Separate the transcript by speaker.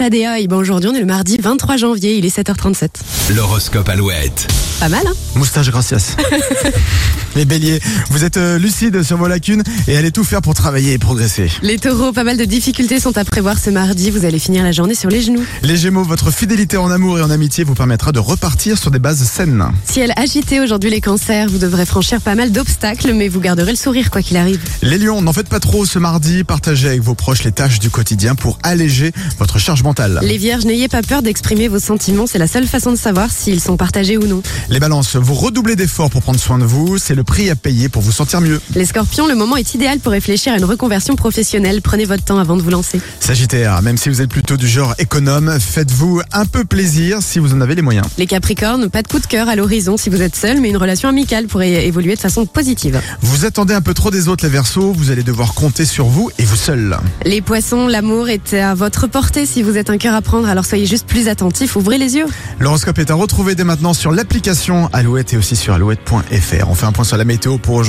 Speaker 1: Pradea, et ben aujourd'hui on est le mardi 23 janvier, il est 7h37.
Speaker 2: L'horoscope Alouette.
Speaker 1: Pas mal, hein
Speaker 3: Moustache gracias. Les béliers, vous êtes euh, lucides sur vos lacunes et allez tout faire pour travailler et progresser.
Speaker 1: Les taureaux, pas mal de difficultés sont à prévoir ce mardi, vous allez finir la journée sur les genoux.
Speaker 3: Les gémeaux, votre fidélité en amour et en amitié vous permettra de repartir sur des bases saines.
Speaker 1: Ciel agité aujourd'hui les cancers, vous devrez franchir pas mal d'obstacles, mais vous garderez le sourire quoi qu'il arrive.
Speaker 3: Les lions, n'en faites pas trop ce mardi, partagez avec vos proches les tâches du quotidien pour alléger votre charge mentale.
Speaker 1: Les vierges, n'ayez pas peur d'exprimer vos sentiments, c'est la seule façon de savoir s'ils sont partagés ou non.
Speaker 3: Les balances, vous redoublez d'efforts pour prendre soin de vous, c'est le prix à payer pour vous sentir mieux.
Speaker 1: Les scorpions, le moment est idéal pour réfléchir à une reconversion professionnelle, prenez votre temps avant de vous lancer.
Speaker 3: Sagittaire, même si vous êtes plutôt du genre économe, faites-vous un peu plaisir si vous en avez les moyens.
Speaker 1: Les capricornes, pas de coup de cœur à l'horizon si vous êtes seul, mais une relation amicale pourrait évoluer de façon positive.
Speaker 3: Vous attendez un peu trop des autres les versos, vous allez devoir compter sur vous et vous seul.
Speaker 1: Les poissons, l'amour est à votre portée si vous êtes un cœur à prendre, alors soyez juste plus attentifs, ouvrez les yeux.
Speaker 3: L'horoscope est à retrouver dès maintenant sur l'application Alouette et aussi sur alouette.fr. On fait un point sur la météo pour aujourd'hui.